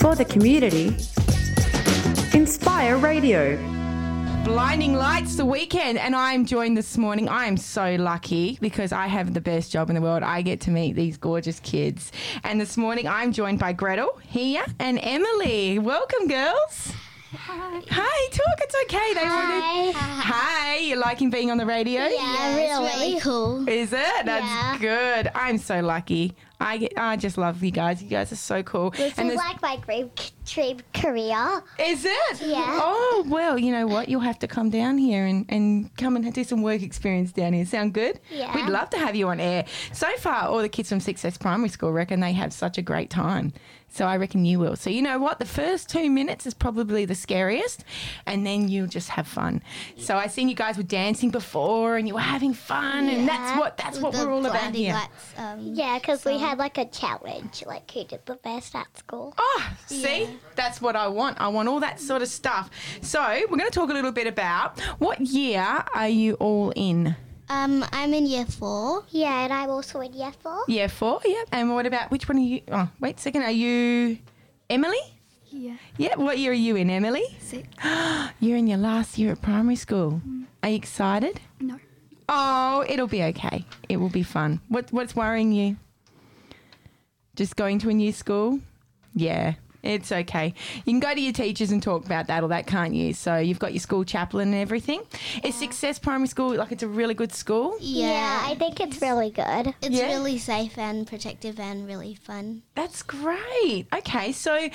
for the community. Inspire Radio. Blinding lights the weekend, and I'm joined this morning. I am so lucky because I have the best job in the world. I get to meet these gorgeous kids. And this morning, I'm joined by Gretel, Hia, and Emily. Welcome, girls. Hi. Hi, talk. It's okay. They Hi. wanted. Hi, you're liking being on the radio? Yeah, really. cool. Is it? That's Yeah. good. I'm so lucky. I, get, I just love you guys. You guys are so cool. This And is this- like my dream, dream career. Is it? Yeah. Oh well, you know what? You'll have to come down here and, and come and do some work experience down here. Sound good? Yeah. We'd love to have you on air. So far, all the kids from Success Primary School reckon they have such a great time. So I reckon you will. So you know what? The first two minutes is probably the scariest, and then you'll just have fun. So I seen you guys were dancing before, and you were having fun, and that's Yeah. what that's what the we're all about blinding here. lights, um, Yeah, because we had like a challenge, like who did the best at school. Oh, see, that's what I want. I want all that sort of stuff. So, we're going to talk a little bit about what year are you all in? um, I'm in year four. Yeah, and uh, I'm also in year four. Year four, yeah. And what about which one are you? Oh, wait a second. Are you Emily? Yeah. Yeah. What year are you in, Emily? Six. Mm. You're in your last year at primary school. Are you excited? No. Oh, it'll be okay. It will be fun. What What's worrying you? Just going to a new school? Yeah, it's okay. You can go to your teachers and talk about that or that, can't you? So you've got your school chaplain and everything. Is Success Primary School like it's a really good school? Yeah. I think it's really good. it's Yeah. really safe and protective and really fun. That's great. Okay, so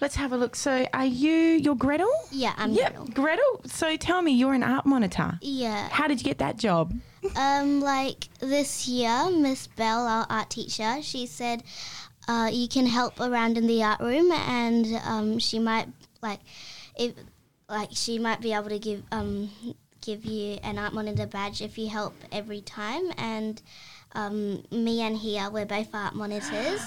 let's have a look. So are you your Gretel? Yeah, I'm Yep, Gretel. Gretel. So tell me, you're an art monitor. Yeah. How did you get that job? Um, like this year, Miss Bell, our art teacher, she said, uh, you can help around in the art room, and um, she might like, if like she might be able to give um give you an art monitor badge if you help every time. And um, me and Hia, we're both art monitors,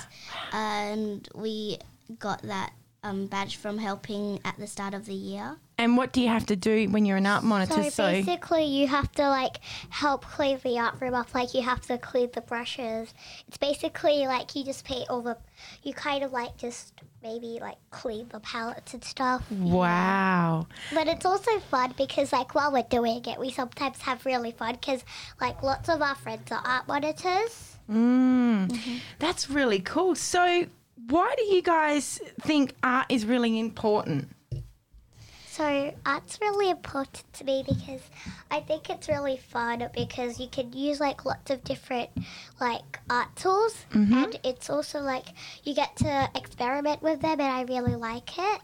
and we got that um, badge from helping at the start of the year. And what do you have to do when you're an art monitor? So, basically, you have to like help clear the art room up. Like you have to clear the brushes. It's basically like you just paint all the. You kind of like just maybe like clean the palettes and stuff. Wow. But it's also fun because, like, while we're doing it, we sometimes have really fun because, like, lots of our friends are art monitors. Mm. Mm-hmm. That's really cool. So, why do you guys think art is really important? So, art's really important to me because I think it's really fun because you can use, like, lots of different, like, art tools. Mm-hmm. And it's also, like, you get to experiment with them, and I really like it.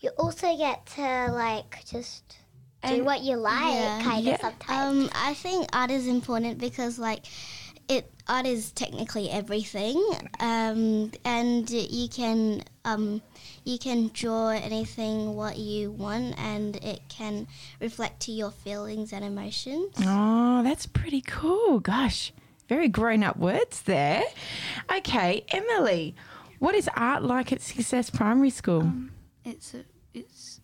You also get to, like, just do And- what you like, Yeah. kind Yeah. of sometimes. Um, I think art is important because like it art is technically everything, um, and you can um, you can draw anything what you want, and it can reflect to your feelings and emotions. Oh, that's pretty cool. Gosh, very grown up words there. Okay, Emily, what is art like at Success Primary School? Um, It's a, it's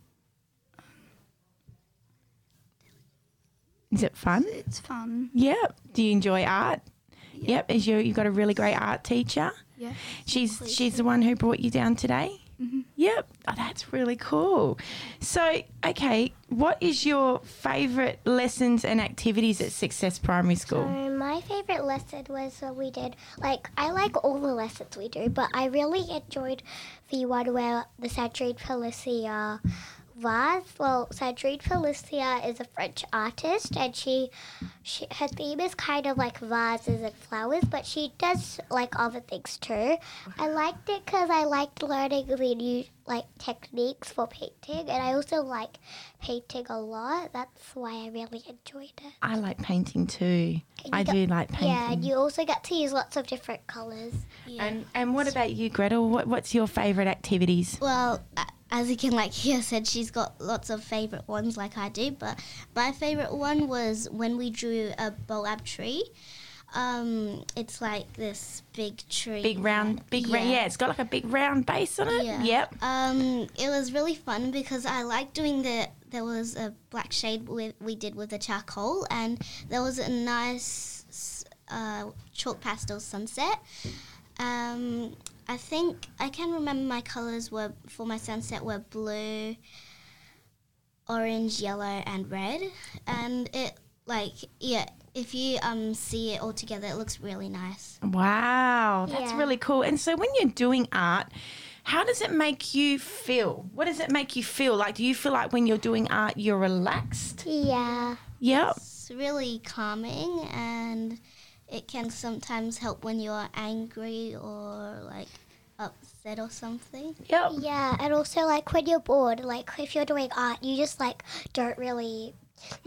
is it fun? it's fun. Yep. Do you enjoy art? Yep. Is you you've got a really great art teacher? Yeah. She's she's the one who brought you down today. Mm-hmm. Yep. Oh, that's really cool. So, okay, what is your favourite lessons and activities at Success Primary School? So Uh, my favorite lesson was when we did like I like all the lessons we do, but I really enjoyed the one where the Sandrine Felicia was. Well, Sandrine Felicia is a French artist, and she, she her theme is kind of like vases and flowers, but she does like other things too. I liked it because I liked learning the new like techniques for painting, and I also like painting a lot. That's why I really enjoyed it. I like painting too. And I you got- do like painting. Yeah, and you also get to use lots of different colors. and, and what about you, Gretel? What, what's your favourite activities? Well, a- as again, like Hia said, she's got lots of favorite ones, like I do. But my favorite one was when we drew a boab tree. Um, it's like this big tree, Big round, big round. Yeah, it's got like a big round base on it. Yeah. Yep. Um, it was really fun because I liked doing the. There was a black shade we, we did with the charcoal, and there was a nice uh, chalk pastel sunset. Um, I think I can remember my colors were for my sunset were blue, orange, yellow, and red. And it like yeah, if you um see it all together, it looks really nice. Wow, that's Yeah. really cool. And so when you're doing art, how does it make you feel? What does it make you feel? Like, do you feel like when you're doing art, you're relaxed? Yeah. Yep. It's really calming, and it can sometimes help when you're angry or like upset or something. Yep. Yeah, and also like when you're bored, like if you're doing art, you just like don't really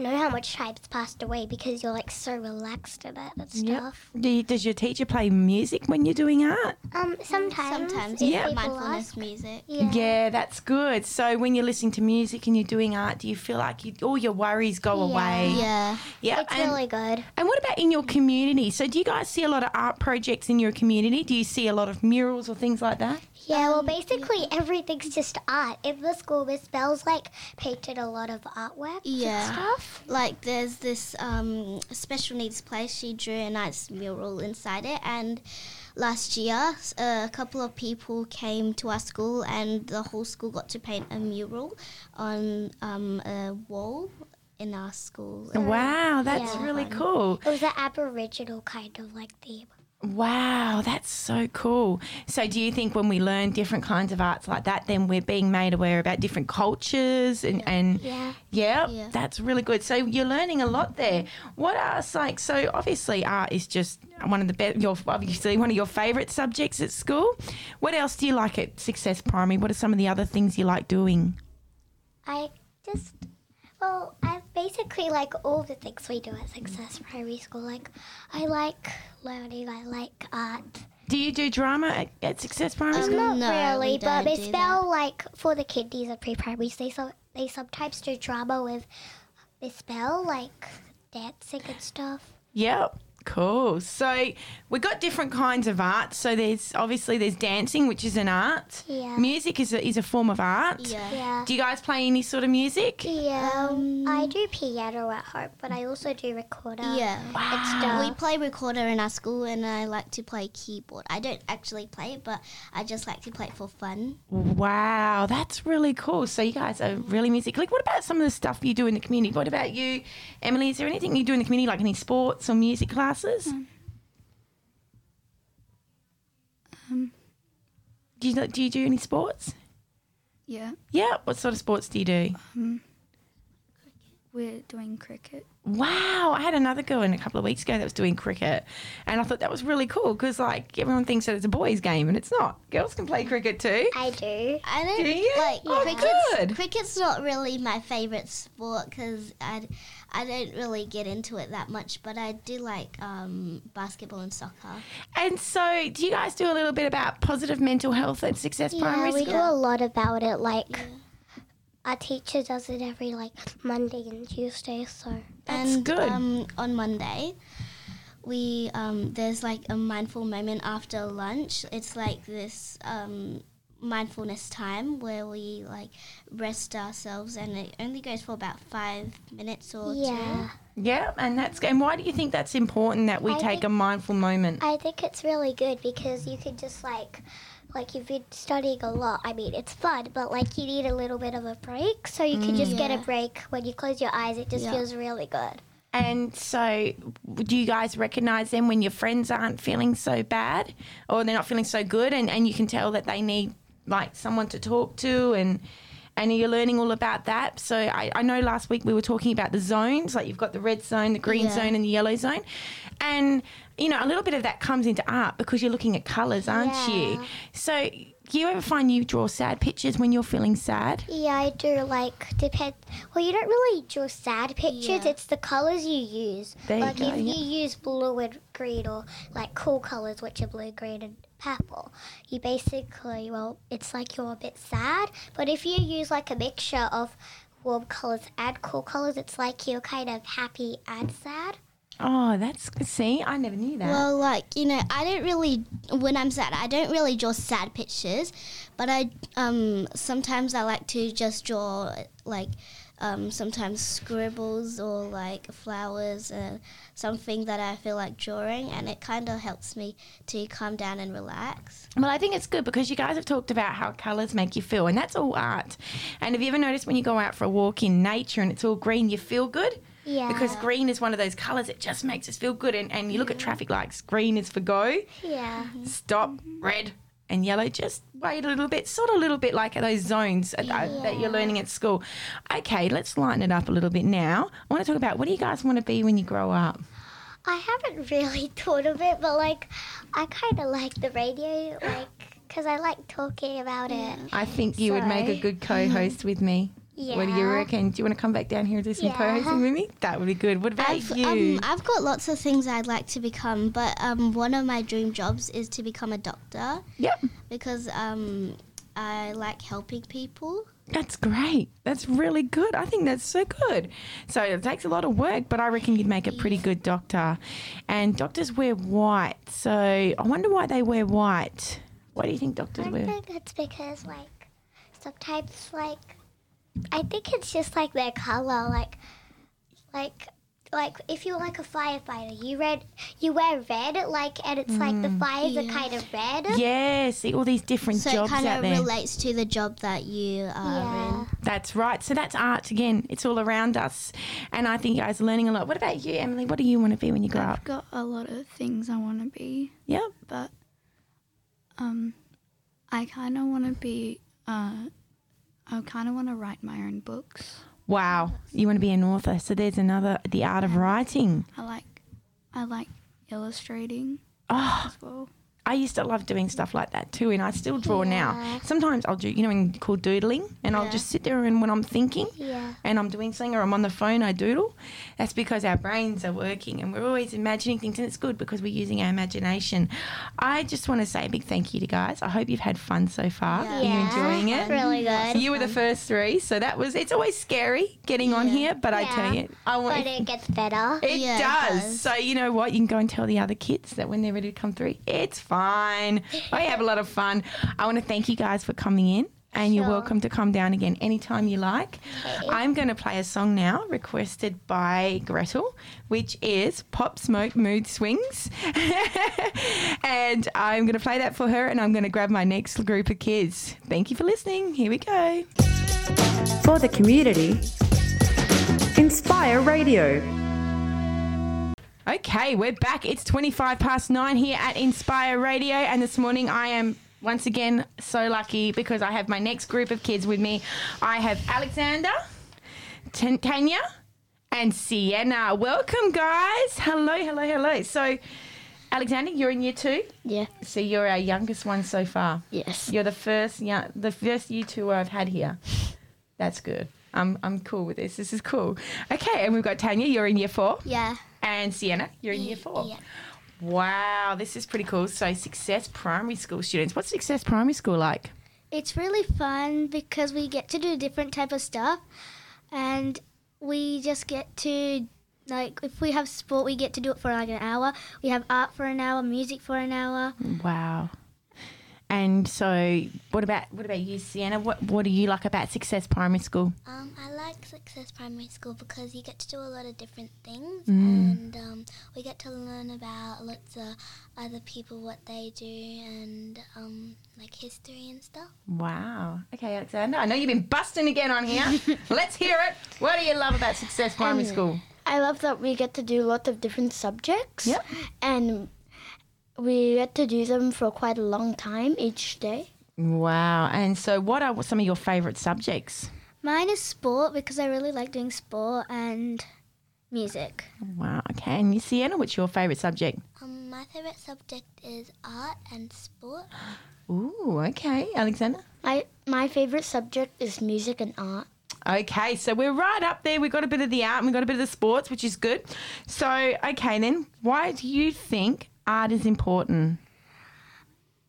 know how much time's passed away because you're like so relaxed about it and Yep. stuff. Do you, does your teacher play music when you're doing art? Um, sometimes, Sometimes if yeah, people mindfulness ask- music. Yeah. Yeah, that's good. So when you're listening to music and you're doing art, do you feel like you, all your worries go away? Yeah. Yeah. it's And, really good. and what about in your community? So do you guys see a lot of art projects in your community? Do you see a lot of murals or things like that? Yeah, um, well, basically everything's just art. In the school, Miss Bell's like painted a lot of artwork Yeah. and stuff. Like there's this um, special needs place. She drew a nice mural inside it, and last year s- a couple of people came to our school, and the whole school got to paint a mural on um, a wall in our school. Wow, that's Yeah. really cool. It was an Aboriginal kind of like theme. Wow, that's so cool. So, do you think when we learn different kinds of arts like that, then we're being made aware about different cultures and and Yeah. yeah, Yeah. that's really good. So you're learning a lot there. What are like so obviously art is just one of the best your obviously one of your favorite subjects at school. What else do you like at Success Primary? What are some of the other things you like doing? I just, well, I basically like all the things we do at Success Primary School. Like, I like learning, I like art. Do you do drama at, at Success Primary School? No, Not we really, but don't Miss do Bell, like, for the kiddies at pre primaries, they, so, they sometimes do drama with Miss Bell, like dancing and stuff. Yep. Cool. So we've got different kinds of art. So there's obviously there's dancing, which is an art. Yeah. Music is a, is a form of art. Yeah. Yeah. Do you guys play any sort of music? Yeah. um, I do piano at home, but I also do recorder. Yeah. And We um, stuff. play recorder in our school, and I like to play keyboard. I don't actually play it, but I just like to play it for fun. Wow, that's really cool. So you guys are really music. Like, what about some of the stuff you do in the community? What about you, Emily? Is there anything you do in the community, like any sports or music classes? do you do you do any sports? yeah. Yeah. What sort of sports do you do? We're doing cricket. Wow, I had another girl in a couple of weeks ago that was doing cricket, and I thought that was really cool because like everyone thinks that it's a boys' game, and it's not. Girls can play cricket too. I do. I don't Do you? like Oh, cricket's, good. cricket's not really my favorite sport because I, I don't really get into it that much. But I do like um, basketball and soccer. And so, do you guys do a little bit about positive mental health at Success Primary Yeah, we do School? a lot about it. Like, our teacher does it every like Monday and Tuesday. So That's and good. Um, on Monday, we um, there's like a mindful moment after lunch. It's like this um, mindfulness time where we like rest ourselves, and it only goes for about five minutes or two. yeah, Yeah, and that's and why do you think that's important that we I take think- a mindful moment? I think it's really good because you can just like, like you've been studying a lot. I mean, it's fun, but like you need a little bit of a break. So you can just get Yeah. Mm. a break when you close your eyes. It just Yeah. feels really good. And so, do you guys recognize them when your friends aren't feeling so bad or they're not feeling so good, and, and you can tell that they need like someone to talk to, and and you're learning all about that. So I, I know last week we were talking about the zones, like you've got the red zone, the green Yeah. zone, and the yellow zone, and you know a little bit of that comes into art because you're looking at colors, aren't you? Yeah. So do you ever find you draw sad pictures when you're feeling sad? Yeah, E I do. Like depend. Well, you don't really draw sad pictures. Yeah. It's the colors you use. There you like go, if yeah. you use blue and green, or like cool colors, which are blue, green, and purple, you basically well, it's like you're a bit sad. But if you use like a mixture of warm colors and cool colors, it's like you're kind of happy and sad. Oh, that's see, I never knew that. Well, like you know, I don't really when I'm sad, I don't really draw sad pictures, but I um sometimes I like to just draw like um, sometimes scribbles or like flowers and something that I feel like drawing, and it kind of helps me to calm down and relax. Well, I think it's good because you guys have talked about how colours make you feel, and that's all art. And have you ever noticed when you go out for a walk in nature and it's all green, you feel good? Yeah. Because green is one of those colours that just makes us feel good. And, and you look at traffic lights, green is for go, yeah. Mm-hmm. stop, red and yellow. Just wait a little bit, sort of a little bit like those zones at- uh, that you're learning at school. Okay, let's lighten it up a little bit now. I want to talk about what do you guys want to be when you grow up? I haven't really thought of it, but like, I kind of like the radio, like, because I like talking about it. I think you would make a So- um, good co host with me. Yeah. What do you reckon? Do you want to come back down here and do some Yeah. co-hosting with me? That would be good. What about I've, you? um, I've got lots of things I'd like to become, but um, one of my dream jobs is to become a doctor yep, because um, I like helping people. that's great. That's really good. I think that's so good. So it takes a lot of work, but I reckon you'd make a pretty good doctor. And doctors wear white, so I wonder why they wear white. Why do you think doctors I wear? think it's because like sometimes like I think it's just like their color, like like like if you're like a firefighter, you red you wear red, like and it's like the fires are kind of red. Mm. Yeah, see all these different So jobs it kind out of there. relates to the job that you are in. Yeah. That's right. So that's art again. It's all around us, and I think you guys are learning a lot. What about you, Emily? What do you want to be when you grow I've up? got a lot of things I want to be, Yep. but um, I kind of want to be. Uh, I kind of want to write my own books. Wow, you want to be an author. So there's another, the art of writing. I like. I like illustrating Oh, as well. I used to love doing stuff like that too, and I still draw now. Sometimes I'll do, you know, when called doodling, and I'll just sit there and when I'm thinking Yeah. and I'm doing something or I'm on the phone, I doodle. That's because our brains are working and we're always imagining things, and it's good because we're using our imagination. I just want to say a big thank you to guys. I hope you've had fun so far. Are you enjoying it? Really good. You were the first three, so that was. It's always scary getting on here, but I tell Yeah. you, I want. But it gets better. It Yeah, it does. does. So you know what? You can go and tell the other kids that when they're ready to come through, it's fine. I have a lot of fun. I want to thank you guys for coming in. And you're Sure. welcome to come down again anytime you like. I'm going to play a song now requested by Gretel, which is Pop Smoke Mood Swings. and I'm going to play that for her and I'm going to grab my next group of kids. Thank you for listening. Here we go. For the community, Inspire Radio. Okay, we're back. It's 25 past nine here at Inspire Radio, and this morning I am once again so lucky because I have my next group of kids with me. I have Alexander, Tan- Tanya, and Sienna. Welcome, guys. Hello, hello, hello. So, Alexander, you're in year two. Yeah. So you're our youngest one so far. Yes. You're the first young, the first you two I've had here. That's good. I'm, I'm cool with this. This is cool. Okay, and we've got Tanya. You're in year four. Yeah. And Sienna, you're in year four. yeah. Wow, this is pretty cool. So, Success Primary School students. What's Success Primary School like? It's really fun because we get to do different type of stuff and we just get to like if we have sport we get to do it for like an hour. We have art for an hour, music for an hour. Wow. And so, what about what about you, Sienna? What what do you like about Success Primary School? Um, I like Success Primary School because you get to do a lot of different things, Mm. and um, we get to learn about lots of other people, what they do, and um, like history and stuff. Wow. Okay, Alexander. I know you've been busting again on here. Let's hear it. What do you love about Success Primary School? I love that we get to do lots of different subjects. Yep. And we get to do them for quite a long time each day. Wow. And so, what are some of your favourite subjects? Mine is sport because I really like doing sport and music. Wow. Okay. And you, Sienna, what's your favourite subject? Um, my favorite subject is art and sport. Ooh. Okay, Alexander. My my favorite subject is music and art. Okay, so we're right up there. We got a bit of the art and we got a bit of the sports, which is good. So, okay, then, why do you think art is important?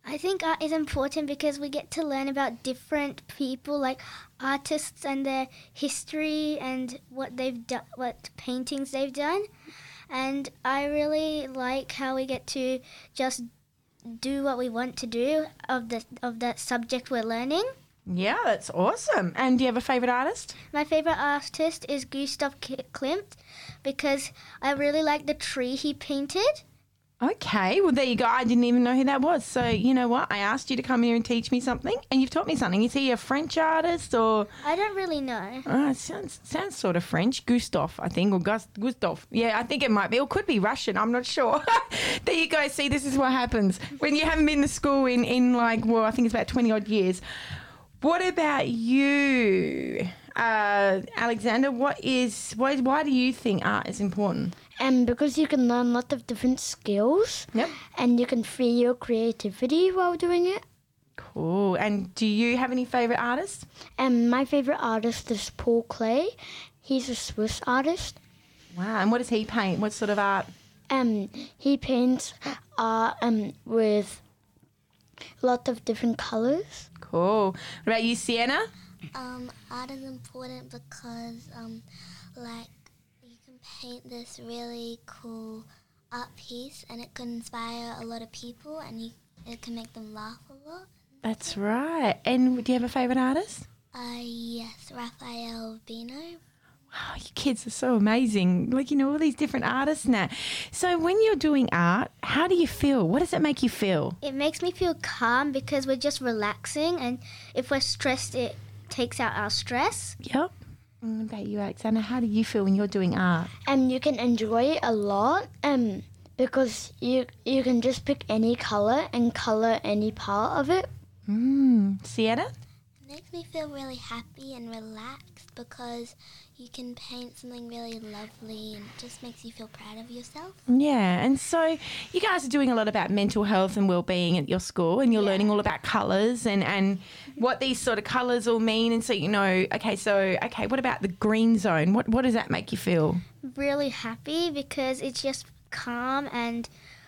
I think art is important because we get to learn about different people, like artists and their history and what they've done, what paintings they've done. And I really like how we get to just do what we want to do of the of that subject we're learning. Yeah, that's awesome. And do you have a favourite artist? My favorite artist is Gustav K- Klimt because I really like the tree he painted. Okay, well, there you go. I didn't even know who that was. So, you know what? I asked you to come here and teach me something, and you've taught me something. Is he a French artist or. I don't really know. Uh, sounds sounds sort of French. Gustav, I think, or Gust- Gustav. Yeah, I think it might be, or could be Russian. I'm not sure. there you go. See, this is what happens when you haven't been to school in, in like, well, I think it's about 20 odd years. What about you, uh, Alexander? What is why, why do you think art is important? And because you can learn a lot of different skills Yep. and you can free your creativity while doing it. Cool. And do you have any favorite artists? And my favorite artist is Paul Clay. He's a Swiss artist. Wow. And what does he paint? What sort of art? Um, he paints art um, with a lot of different colors. Cool. What about you, Sienna? Um, art is important because, um, like, you can paint this really cool art piece, and it can inspire a lot of people, and you, it can make them laugh a lot. That's right. And do you have a favorite artist? Uh, yes, Raphael Bino. Oh, you kids are so amazing. Like you know all these different artists now. So when you're doing art, how do you feel? What does it make you feel? It makes me feel calm because we're just relaxing, and if we're stressed, it takes out our stress. Yep. And what Mm, about you, Alexander? How do you feel when you're doing art? And you can enjoy it a lot um, because you, you can just pick any color and color any part of it. Mm, Sienna? It makes me feel really happy and relaxed because you can paint something really lovely, and it just makes you feel proud of yourself. Yeah. And so you guys are doing a lot about mental health and well-being at your school and you're learning all about colours and, and what these sort of colours all mean. And so, you know, okay, so, okay, what about the green zone? What, what does that make you feel? Really happy because it's just calm, and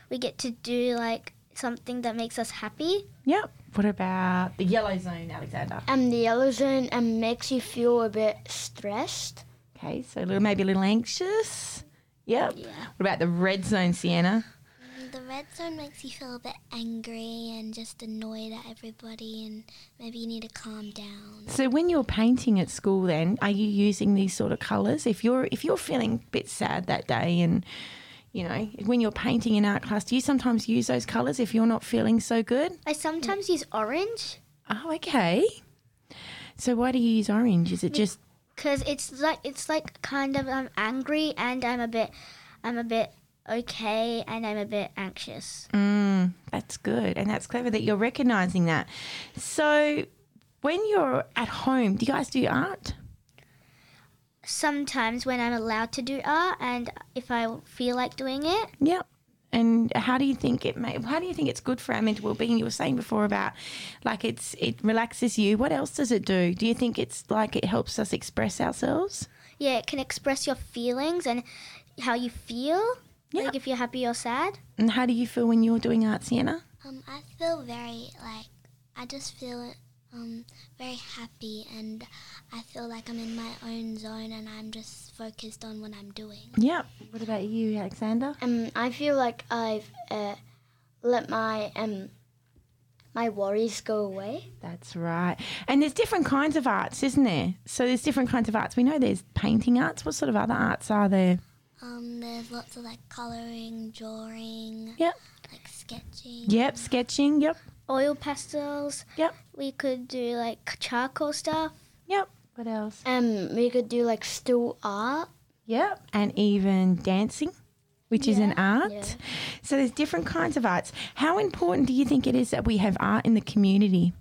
we get to do like something that makes us happy. Yep. What about the yellow zone, Alexander? And the yellow zone um, makes you feel a bit stressed. Okay, so a little, maybe a little anxious. Yep. What about the red zone, Sienna? The red zone makes you feel a bit angry and just annoyed at everybody, and maybe you need to calm down. So when you're painting at school then, are you using these sort of colours? If you're if you're feeling a bit sad that day and you know, when you're painting in art class, do you sometimes use those colours if you're not feeling so good? I sometimes use orange Oh, okay. So why do you use orange? Is it just because it's like it's like kind of I'm angry and I'm a bit I'm a bit okay and I'm a bit anxious. mm, that's good and that's clever that you're recognizing that. So when you're at home, do you guys do art? Sometimes when I'm allowed to do art and if I feel like doing it, Yep. And how do you think it may? How do you think it's good for our mental well-being? You were saying before about like it's it relaxes you. What else does it do? Do you think it's like it helps us express ourselves? yeah, it can express your feelings and how you feel. Yeah. Like if you're happy or sad. And how do you feel when you're doing art, Sienna? Um, I feel very like I just feel um very happy, and I feel like I'm in my own zone, and I'm just focused on what I'm doing. Yep. What about you, Alexander? Um, I feel like I've uh, let my um, my worries go away. That's right. And there's different kinds of arts, isn't there? So there's different kinds of arts. We know there's painting arts. What sort of other arts are there? Um, there's lots of like coloring, drawing, Yep. like sketching. Yep. Sketching. Yep. Oil pastels. Yep. We could do like charcoal stuff. Yep. What else? Um, we could do like still art. Yep. And even dancing, which is an art. Yeah. So there's different kinds of arts. How important do you think it is that we have art in the community?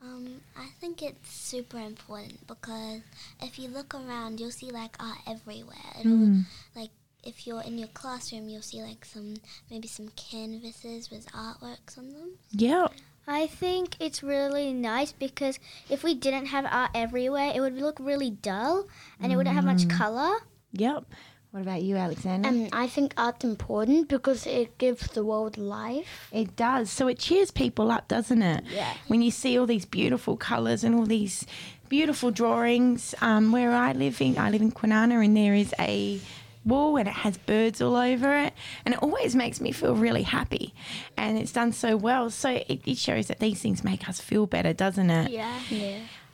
Um, I think it's super important because if you look around, you'll see like art everywhere. It'll, Like if you're in your classroom, you'll see like some maybe some canvases with artworks on them. Yep. I think it's really nice because if we didn't have art everywhere, it would look really dull and it wouldn't have much color. Yep. What about you, Alexander? Um, I think art's important because it gives the world life. it does. So it cheers people up, doesn't it? Yeah. When you see all these beautiful colours and all these beautiful drawings, um, where I live in, I live in Quinana, and there is a wool and it has birds all over it. And it always makes me feel really happy. And it's done so well. So it, it shows that these things make us feel better, doesn't it? Yeah.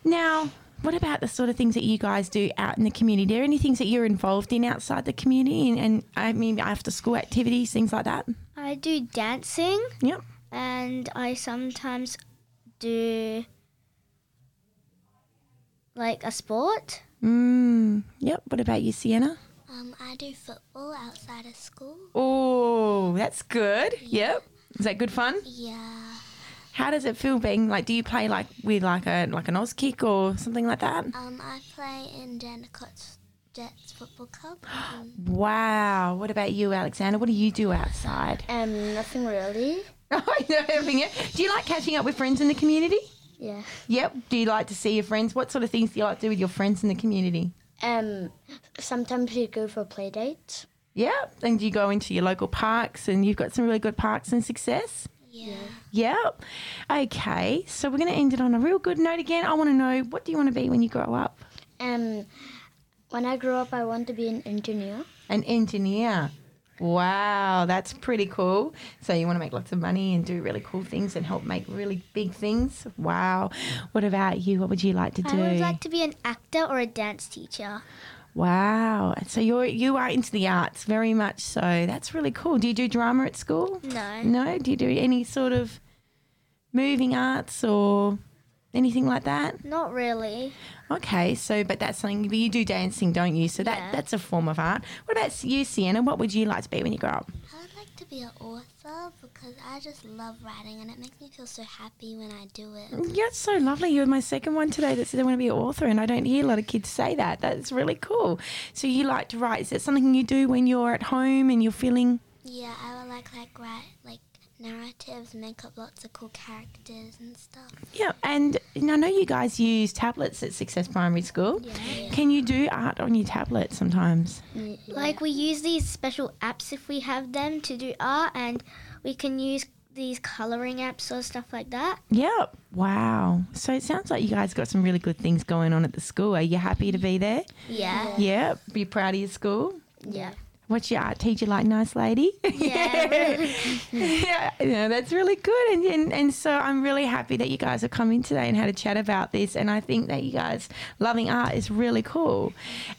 Now, what about the sort of things that you guys do out in the community? Are there any things that you're involved in outside the community and, and I mean after school activities, things like that? I do dancing Yep. and I sometimes do like a sport. Mm, yep. What about you, Sienna? Um, I do football outside of school. Oh, that's good. Yep. Is that good fun? Yeah. How does it feel being like? Do you play like with like a like an Oz kick or something like that? Um, I play in Danicott's Jets Football Club. Um, Wow. What about you, Alexander? What do you do outside? Um, nothing really. Oh, I know everything. yeah. Do you like catching up with friends in the community? Yeah. Yep. Do you like to see your friends? What sort of things do you like to do with your friends in the community? Um, sometimes you go for play dates. Yep. And you go into your local parks and you've got some really good parks and success. Yeah. Yep. Okay. So we're going to end it on a real good note again. I want to know what do you want to be when you grow up? Um, when I grow up, I want to be an engineer. An engineer. Wow, that's pretty cool. So you want to make lots of money and do really cool things and help make really big things. Wow. What about you? What would you like to do? I would like to be an actor or a dance teacher. wow. So you're you are into the arts very much so. That's really cool. Do you do drama at school? No. No? Do you do any sort of moving arts or anything like that? Not really. Okay, so but that's something but you do dancing, don't you? So that Yeah. that's a form of art. What about you, Sienna? What would you like to be when you grow up? I would like to be an author because I just love writing and it makes me feel so happy when I do it. Yeah, it's so lovely. You're my second one today that said they want to be an author, and I don't hear a lot of kids say that. That's really cool. So you like to write? Is that something you do when you're at home and you're feeling? Yeah, I would like like write like narratives, make up lots of cool characters and stuff. Yeah, and, and I know you guys use tablets at Success Primary School. Can you do art on your tablet sometimes? Like we use these special apps if we have them to do art, and we can use these coloring apps or stuff like that. Yep. Wow. So it sounds like you guys got some really good things going on at the school. Are you happy to be there? Yeah. Yep. Be proud of your school. Yeah. What's your art teacher like, nice lady? Yeah. yeah, that's really good. And, and and so I'm really happy that you guys have come in today and had a chat about this. And I think that you guys loving art is really cool.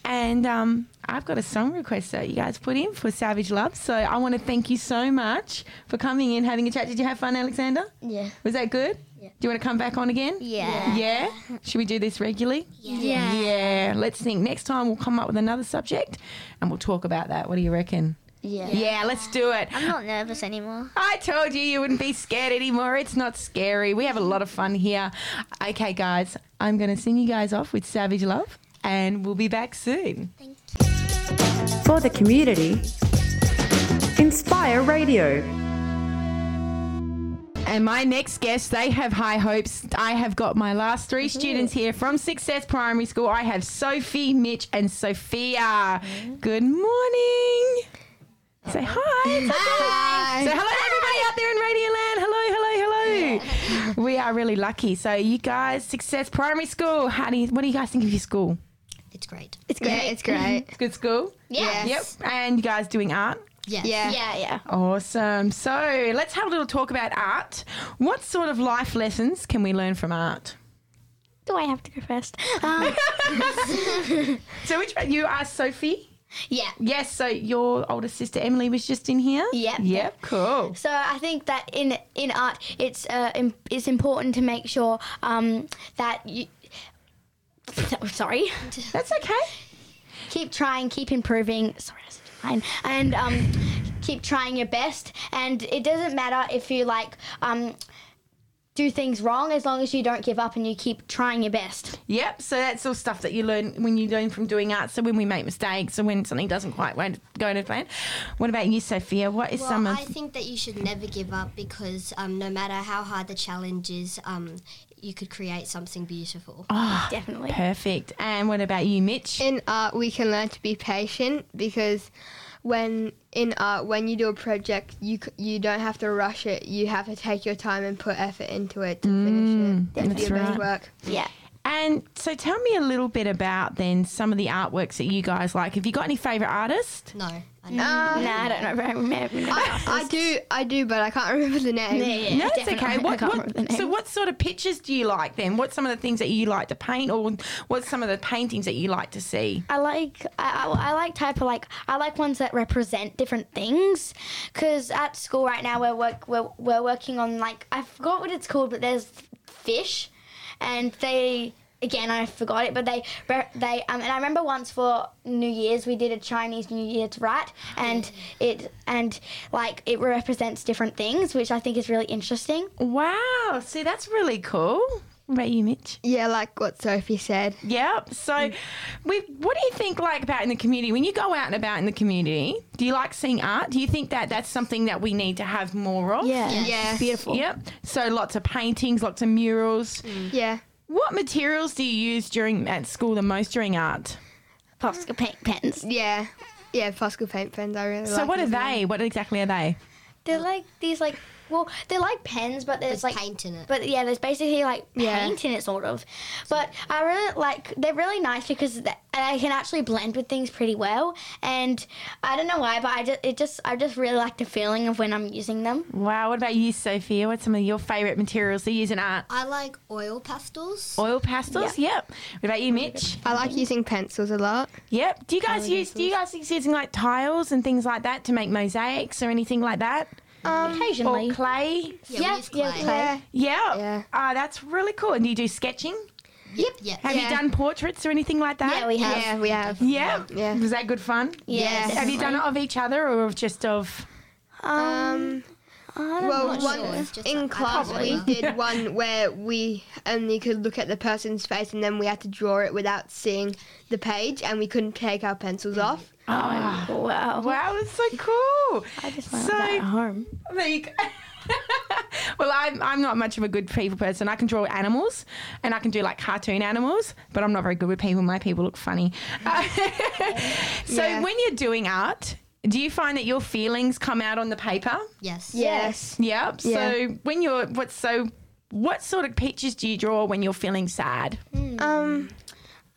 And um, I've got a song request that you guys put in for Savage Love. So I want to thank you so much for coming in, having a chat. Did you have fun, Alexander? Yeah. Was that good? Yeah. Do you want to come back on again? Yeah. Yeah? Should we do this regularly? Yeah. Yeah, let's think. Next time we'll come up with another subject and we'll talk about that. What do you reckon? Yeah. Yeah, let's do it. I'm not nervous anymore. I told you you wouldn't be scared anymore. It's not scary. We have a lot of fun here. Okay, guys, I'm going to sing you guys off with Savage Love and we'll be back soon. For the community, Inspire Radio. And my next guest, they have high hopes. I have got my last 3 students here from Success Primary School. I have Sophie, Mitch, and Sophia. Good morning. Say hi. It's okay. So hello, everybody out there in Radio Land. Hello, hello, hello. We are really lucky. So you guys, Success Primary School. How do you? What do you guys think of your school? It's great. It's great. it's great. It's a good school. Yes. Yep. And you guys doing art? Yes. Yeah. Awesome. So let's have a little talk about art. What sort of life lessons can we learn from art? Do I have to go first? Um, So which one? You are Sophie. yeah. Yes. So your older sister Emily was just in here. Yep. Yep. Cool. So I think that in in art, it's uh, im- it's important to make sure um, that you. Sorry. That's okay. keep trying, keep improving. Sorry, that's fine. And um, keep trying your best. And it doesn't matter if you like um, do things wrong, as long as you don't give up and you keep trying your best. Yep. So that's all stuff that you learn when you learn from doing art. So when we make mistakes, or when something doesn't quite wa- go to plan. What about you, Sophia? What is Well, some of? I think that you should never give up because um, no matter how hard the challenge is, um, you could create something beautiful. Definitely. Perfect. And what about you, Mitch? in art we can learn to be patient because when in art when you do a project you c- you don't have to rush it you have to take your time and put effort into it to finish Mm, it that's your best right. work And And so tell me a little bit about then some of the artworks that you guys like. Have you got any favourite artists? No. I don't. Um, Nah, I don't know. but I remember. I, I do, I do, but I can't remember the name. Yeah, No, it's definitely. okay. I What, can't what- remember the so, name. what sort of pictures do you like then? What's some of the things that you like to paint, or what's some of the paintings that you like to see? I like I, I, I like type of like I like ones that represent different things because at school right now we're work we're, we're working on like I forgot what it's called but there's fish and they again I forgot it but they re- they um and I remember once for New Year's we did a Chinese New Year's rat and it and like it represents different things which I think is really interesting. Wow, see, that's really cool. What about you, Mitch? Yeah, like what Sophie said. Yep. So, we, what do you think like about in the community? When you go out and about in the community, do you like seeing art? Do you think that that's something that we need to have more of? Yes. beautiful. Yep. So lots of paintings, lots of murals. Yeah. What materials do you use during at school the most during art? Posca paint pens. Yeah. Yeah, Fosco paint pens. I really So like what are as well. they? What exactly are they? They're like these like well, they're like pens, but there's There's like paint in it. but yeah, there's basically like Yeah. paint in it sort of. But I really like they're really nice because th- they can actually blend with things pretty well. And I don't know why, but I just it just I just really like the feeling of when I'm using them. Wow. What about you, Sophia? What's some of your favourite materials to use in art? I like oil pastels. Oil pastels. Yep. What about you, Mitch? I like using pencils a lot. Yep. Do you guys use? Do you guys use using like tiles and things like that to make mosaics or anything like that? Um, Occasionally, Or clay? Yeah, we use clay. Yeah. Yeah. Yeah. Ah, that's really cool. And do you do sketching? Yep. yep. Have you Yeah. done portraits or anything like that? yeah, we have. Yeah, we have. Yeah. Yeah. Was that good fun? Yeah. Have you done it of each other or of just of? Um, well, one, It's just in like, I class can't we remember. did one where we only could look at the person's face and then we had to draw it without seeing the page and we couldn't take our Mm. pencils off. Oh, wow. Wow, that's so cool. I just want So- that at home. There you go. well, I'm, I'm not much of a good people person. I can draw animals and I can do like cartoon animals, but I'm not very good with people. My people look funny. Uh, so Yeah. when you're doing art, do you find that your feelings come out on the paper? Yes. Yes. Yep. Yeah. So when you're what so what sort of pictures do you draw when you're feeling sad? Um,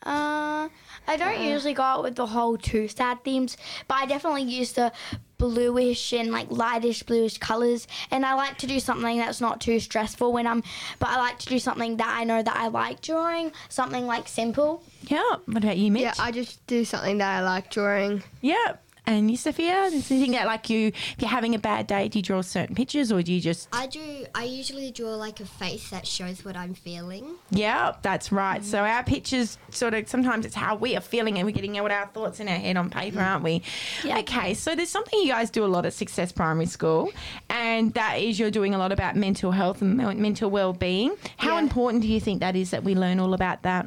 Uh, I don't Uh-huh. usually go out with the whole two sad themes, but I definitely use the bluish and like lightish bluish colors. And I like to do something that's not too stressful when I'm, but I like to do something that I know that I like drawing, something like simple. Yeah. What about you, Mitch? yeah, I just do something that I like drawing. Yeah. And you, Sophia, is there anything that like you, if you're having a bad day, do you draw certain pictures or do you just? I do. I usually draw like a face that shows what I'm feeling. Mm-hmm. Yeah, that's right. So our pictures sort of sometimes it's how we are feeling and we're getting out our thoughts in our head on paper, Mm-hmm. aren't we? Okay. So there's something you guys do a lot at Success Primary School, and that is you're doing a lot about mental health and men- mental well-being. How important do you think that is that we learn all about that?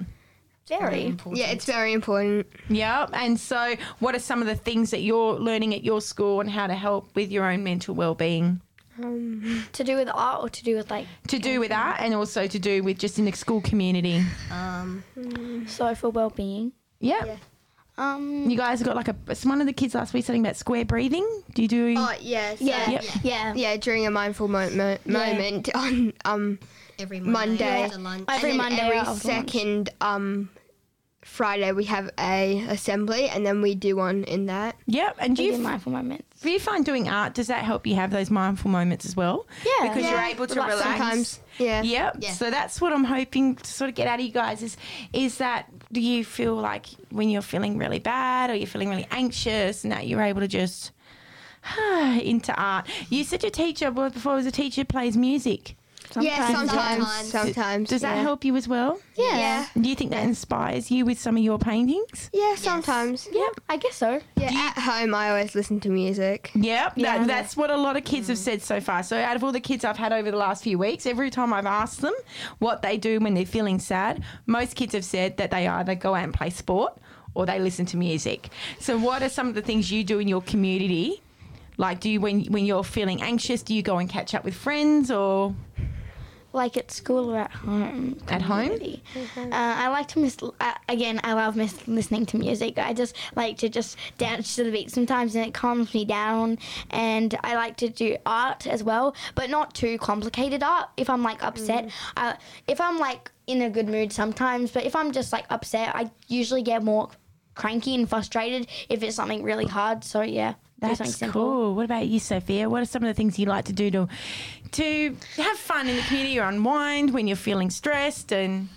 Very. Yeah, it's very important. Yeah. And so, what are some of the things that you're learning at your school and how to help with your own mental well-being? To do with art or to do with like Mm-hmm. to do with that and also to do with just in the school community. Um, social well being. Yeah. Um, You guys got like a it's one of the kids last week said something about square breathing. Do you do Oh, yes. yeah, Yep. yeah. Yeah, during a mindful mo- mo- moment on um every Monday, Monday. after lunch. Every and then Monday every out of lunch. second um Friday we have a assembly and then we do one in that. Yep. And do Do you mindful moments. do you find doing art does that help you have those mindful moments as well? Yeah. Because Yeah. you're able to Relax relax. Sometimes, yeah. Yep. Yeah. So that's what I'm hoping to sort of get out of you guys is is that do you feel like when you're feeling really bad or you're feeling really anxious and that you're able to just into art. You said your teacher well, before was a teacher plays music. Yeah, sometimes, Sometimes. sometimes. sometimes Does that yeah. help you as well? Yeah. Yeah, Do you think that inspires you with some of your paintings? sometimes. Yep, I guess so. Yeah, at home I always listen to music. Yep, that, that's what a lot of kids have Mm. said so far. So, out of all the kids I've had over the last few weeks, every time I've asked them what they do when they're feeling sad, most kids have said that they either go out and play sport or they listen to music. So, what are some of the things you do in your community? Like, do you when when you're feeling anxious, do you go and catch up with friends, or like at school or at home. At home? community. Uh, I like to miss. Uh, again, I love miss listening to music. I just like to just dance to the beat sometimes, and it calms me down. And I like to do art as well, but not too complicated art. If I'm like Mm. upset, uh, if I'm like in a good mood sometimes, but if I'm just like upset, I usually get more cranky and frustrated if it's something really hard. So yeah, do something That's simple. cool. What about you, Sophia? What are some of the things you like to do to to have fun in the community or unwind when you're feeling stressed? And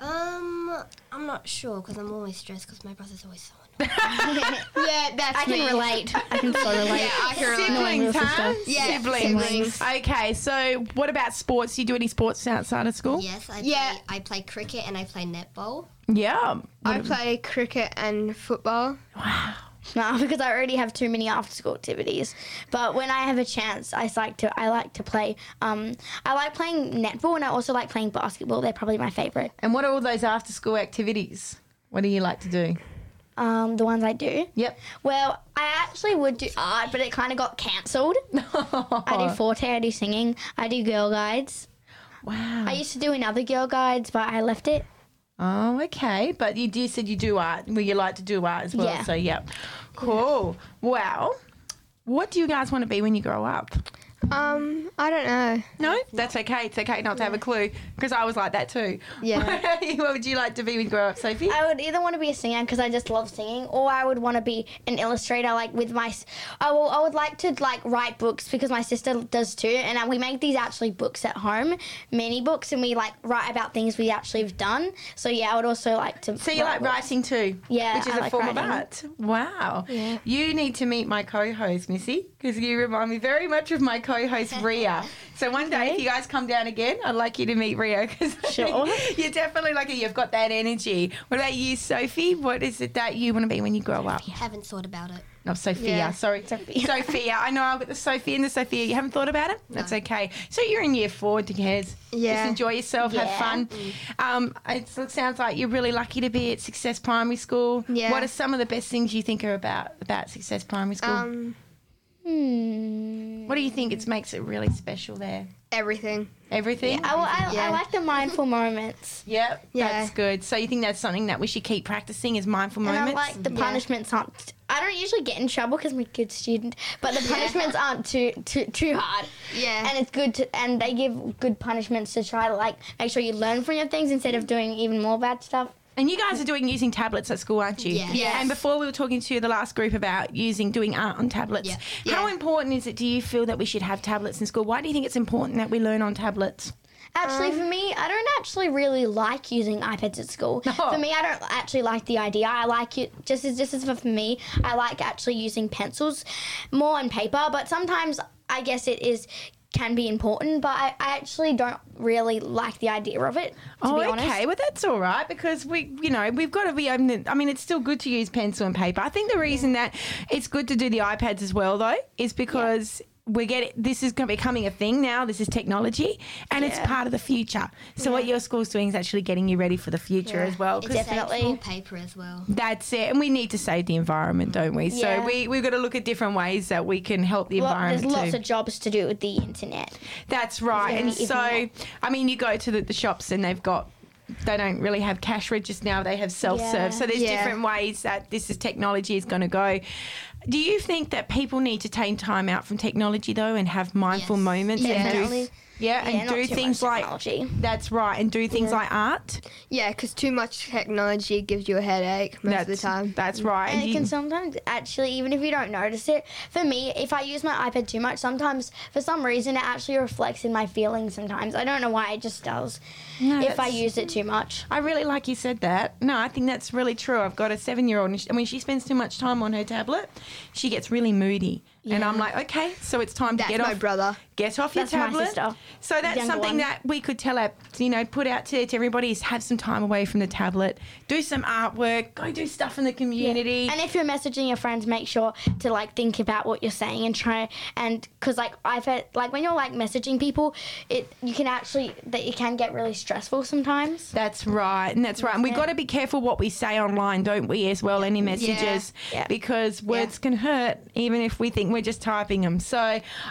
Um, I'm not sure because I'm always stressed because my brother's always so annoying. yeah, that's I can me. relate. I can so relate. Yeah, I can relate. siblings, huh? Yeah, siblings. siblings. Okay, so what about sports? Do you do any sports outside of school? Yes, I Yeah. play, I play cricket and I play netball. Yeah. I play cricket and football. No, because I already have too many after-school activities. But when I have a chance, I s- like to I like to play. Um, I like playing netball, and I also like playing basketball. They're probably my favorite. And what are all those after school activities? What do you like to do? Um, the ones I do. Yep. Well, I actually would do art, but it kind of got cancelled. I do forte, I do singing, I do girl guides. Wow. I used to do another girl guides, but I left it. Oh, okay. But you, you said you do art. Well, you like to do art as well. Yeah. So, yep. Cool. Wow. What do you guys want to be when you grow up? Um, I don't know. No, that's okay. It's okay not to have a clue because I was like that too. Yeah. what would you like to be when you grow up, Sophie? I would either want to be a singer because I just love singing, or I would want to be an illustrator, like with my. s- I will. I would like to like write books because my sister does too, and uh, we make these actually books at home, mini books, and we like write about things we actually have done. So yeah, I would also like to. So you like books. writing too? Yeah, Which is I a like form of writing. art. Wow. You need to meet my co-host, Missy, because you remind me very much of my co-host, Ria. so one day, if you guys come down again, I'd like you to meet Ria, because Sure. you're definitely like, you've got that energy. What about you, Sophie? What is it that you want to be when you grow up? Haven't thought about it. No, Sophia. Yeah. Sorry, Sophia. I know I've got the Sophie and the Sophia. You haven't thought about it? That's okay. So you're in year four, Dickheads. Yeah. Mm. Just enjoy yourself, have fun. Um, it's- it sounds like you're really lucky to be at Success Primary School. Yeah. What are some of the best things you think are about about Success Primary School? Um, Hmm. what do you think it makes it really special there? everything. Everything? I, will- I, I Yeah. like the mindful moments, Yep. Yeah. That's good. So you think that's something that we should keep practicing is mindful and moments? I like the Yeah. punishments aren't. I don't usually get in trouble because I'm a good student, but the punishments aren't too too too hard. Yeah. and it's good to, and they give good punishments to try to like make sure you learn from your things instead of doing even more bad stuff And you guys are doing using tablets at school, aren't you? Yes. Yes. And before we were talking to the last group about using doing art on tablets. Yeah. How Yeah. important is it? Do you feel that we should have tablets in school? Why do you think it's important that we learn on tablets? actually Um, for me i don't actually really like using ipads at school for me i don't actually like the idea i like it just as just as for me i like actually using pencils more on paper but sometimes i guess it is can be important but i, I actually don't really like the idea of it to oh, be honest okay. Well, that's all right because we, you know, we've got to be open. to- I mean, it's still good to use pencil and paper. I think the reason that it's good to do the iPads as well, though, is because. We're getting this is going to becoming a thing now. This is technology, and it's part of the future. So what your school's doing is actually getting you ready for the future as well. 'cause- Definitely. More paper as well. That's it. And we need to save the environment, don't we? So Yeah. we, we've got to look at different ways that we can help the Well, there's environment. lots too. of jobs to do with the internet That's right. There's And gonna be so, even I mean, you go to the, the shops and they've got. They don't really have cash registers now. They have self serve. Yeah. So there's Yeah. different ways that this is technology is going to go. Do you think that people need to take time out from technology though and have mindful Yes. moments and do Definitely. yeah, Yeah, and not do too things much like technology. that's right and do things like art Yeah, because too much technology gives you a headache most that's of the time. That's right. And it you- can sometimes actually, even if you don't notice it, for me, if I use my iPad too much, sometimes for some reason it actually reflects in my feelings sometimes. I don't know why, it just does. if I that's- use it too much. I really like you said that. No, I think that's really true. I've got a seven year old, and she- and when she spends too much time on her tablet, she gets really moody. And I'm like, okay, so it's time to That's get my off. brother. Get off That's your my tablet. sister. So that's Younger something one. that we could tell our, you know, put out to, to everybody is have some time away from the tablet, do some artwork, go do stuff in the community. And if you're messaging your friends, make sure to like think about what you're saying and try and because like I've had like when you're like messaging people, it you can actually that it can get really stressful sometimes. That's right, and that's right. And we've got to be careful what we say online, don't we, as well, any messages, Yeah. because words can hurt, even if we think we're just typing them. So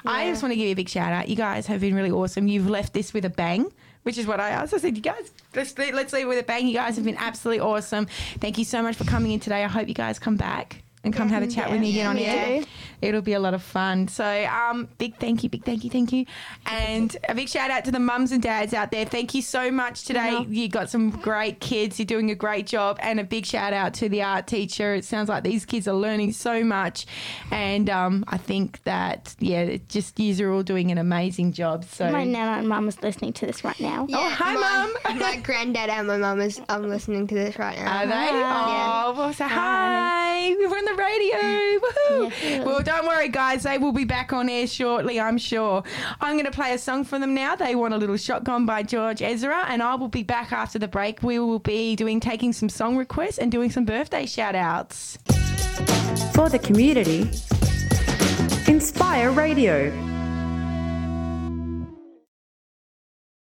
I just want to give you a big shout out. You guys have been really awesome. You've left this with a bang. which is what I asked. I said, "You guys, let's leave, let's leave with a bang. You guys have been absolutely awesome. Thank you so much for coming in today. I hope you guys come back." And come have a chat with me again on air. It'll be a lot of fun. So, um, big thank you, big thank you, thank you, and a big shout out to the mums and dads out there. Thank you so much today. You got some great kids. You're doing a great job, and a big shout out to the art teacher. It sounds like these kids are learning so much, and um, I think that yeah, it just you are all doing an amazing job. So My nana and mum is listening to this right now. Yeah, hi, my, Mum. my granddad and my mum is I'm listening to this right now. Are they? Oh, well, so hi. We're on the radio. Woohoo. well, don't worry, guys. They will be back on air shortly, I'm sure. I'm going to play a song for them now. They want a little shotgun by George Ezra, and I will be back after the break. We will be doing taking some song requests and doing some birthday shout outs. For the community, Inspire Radio.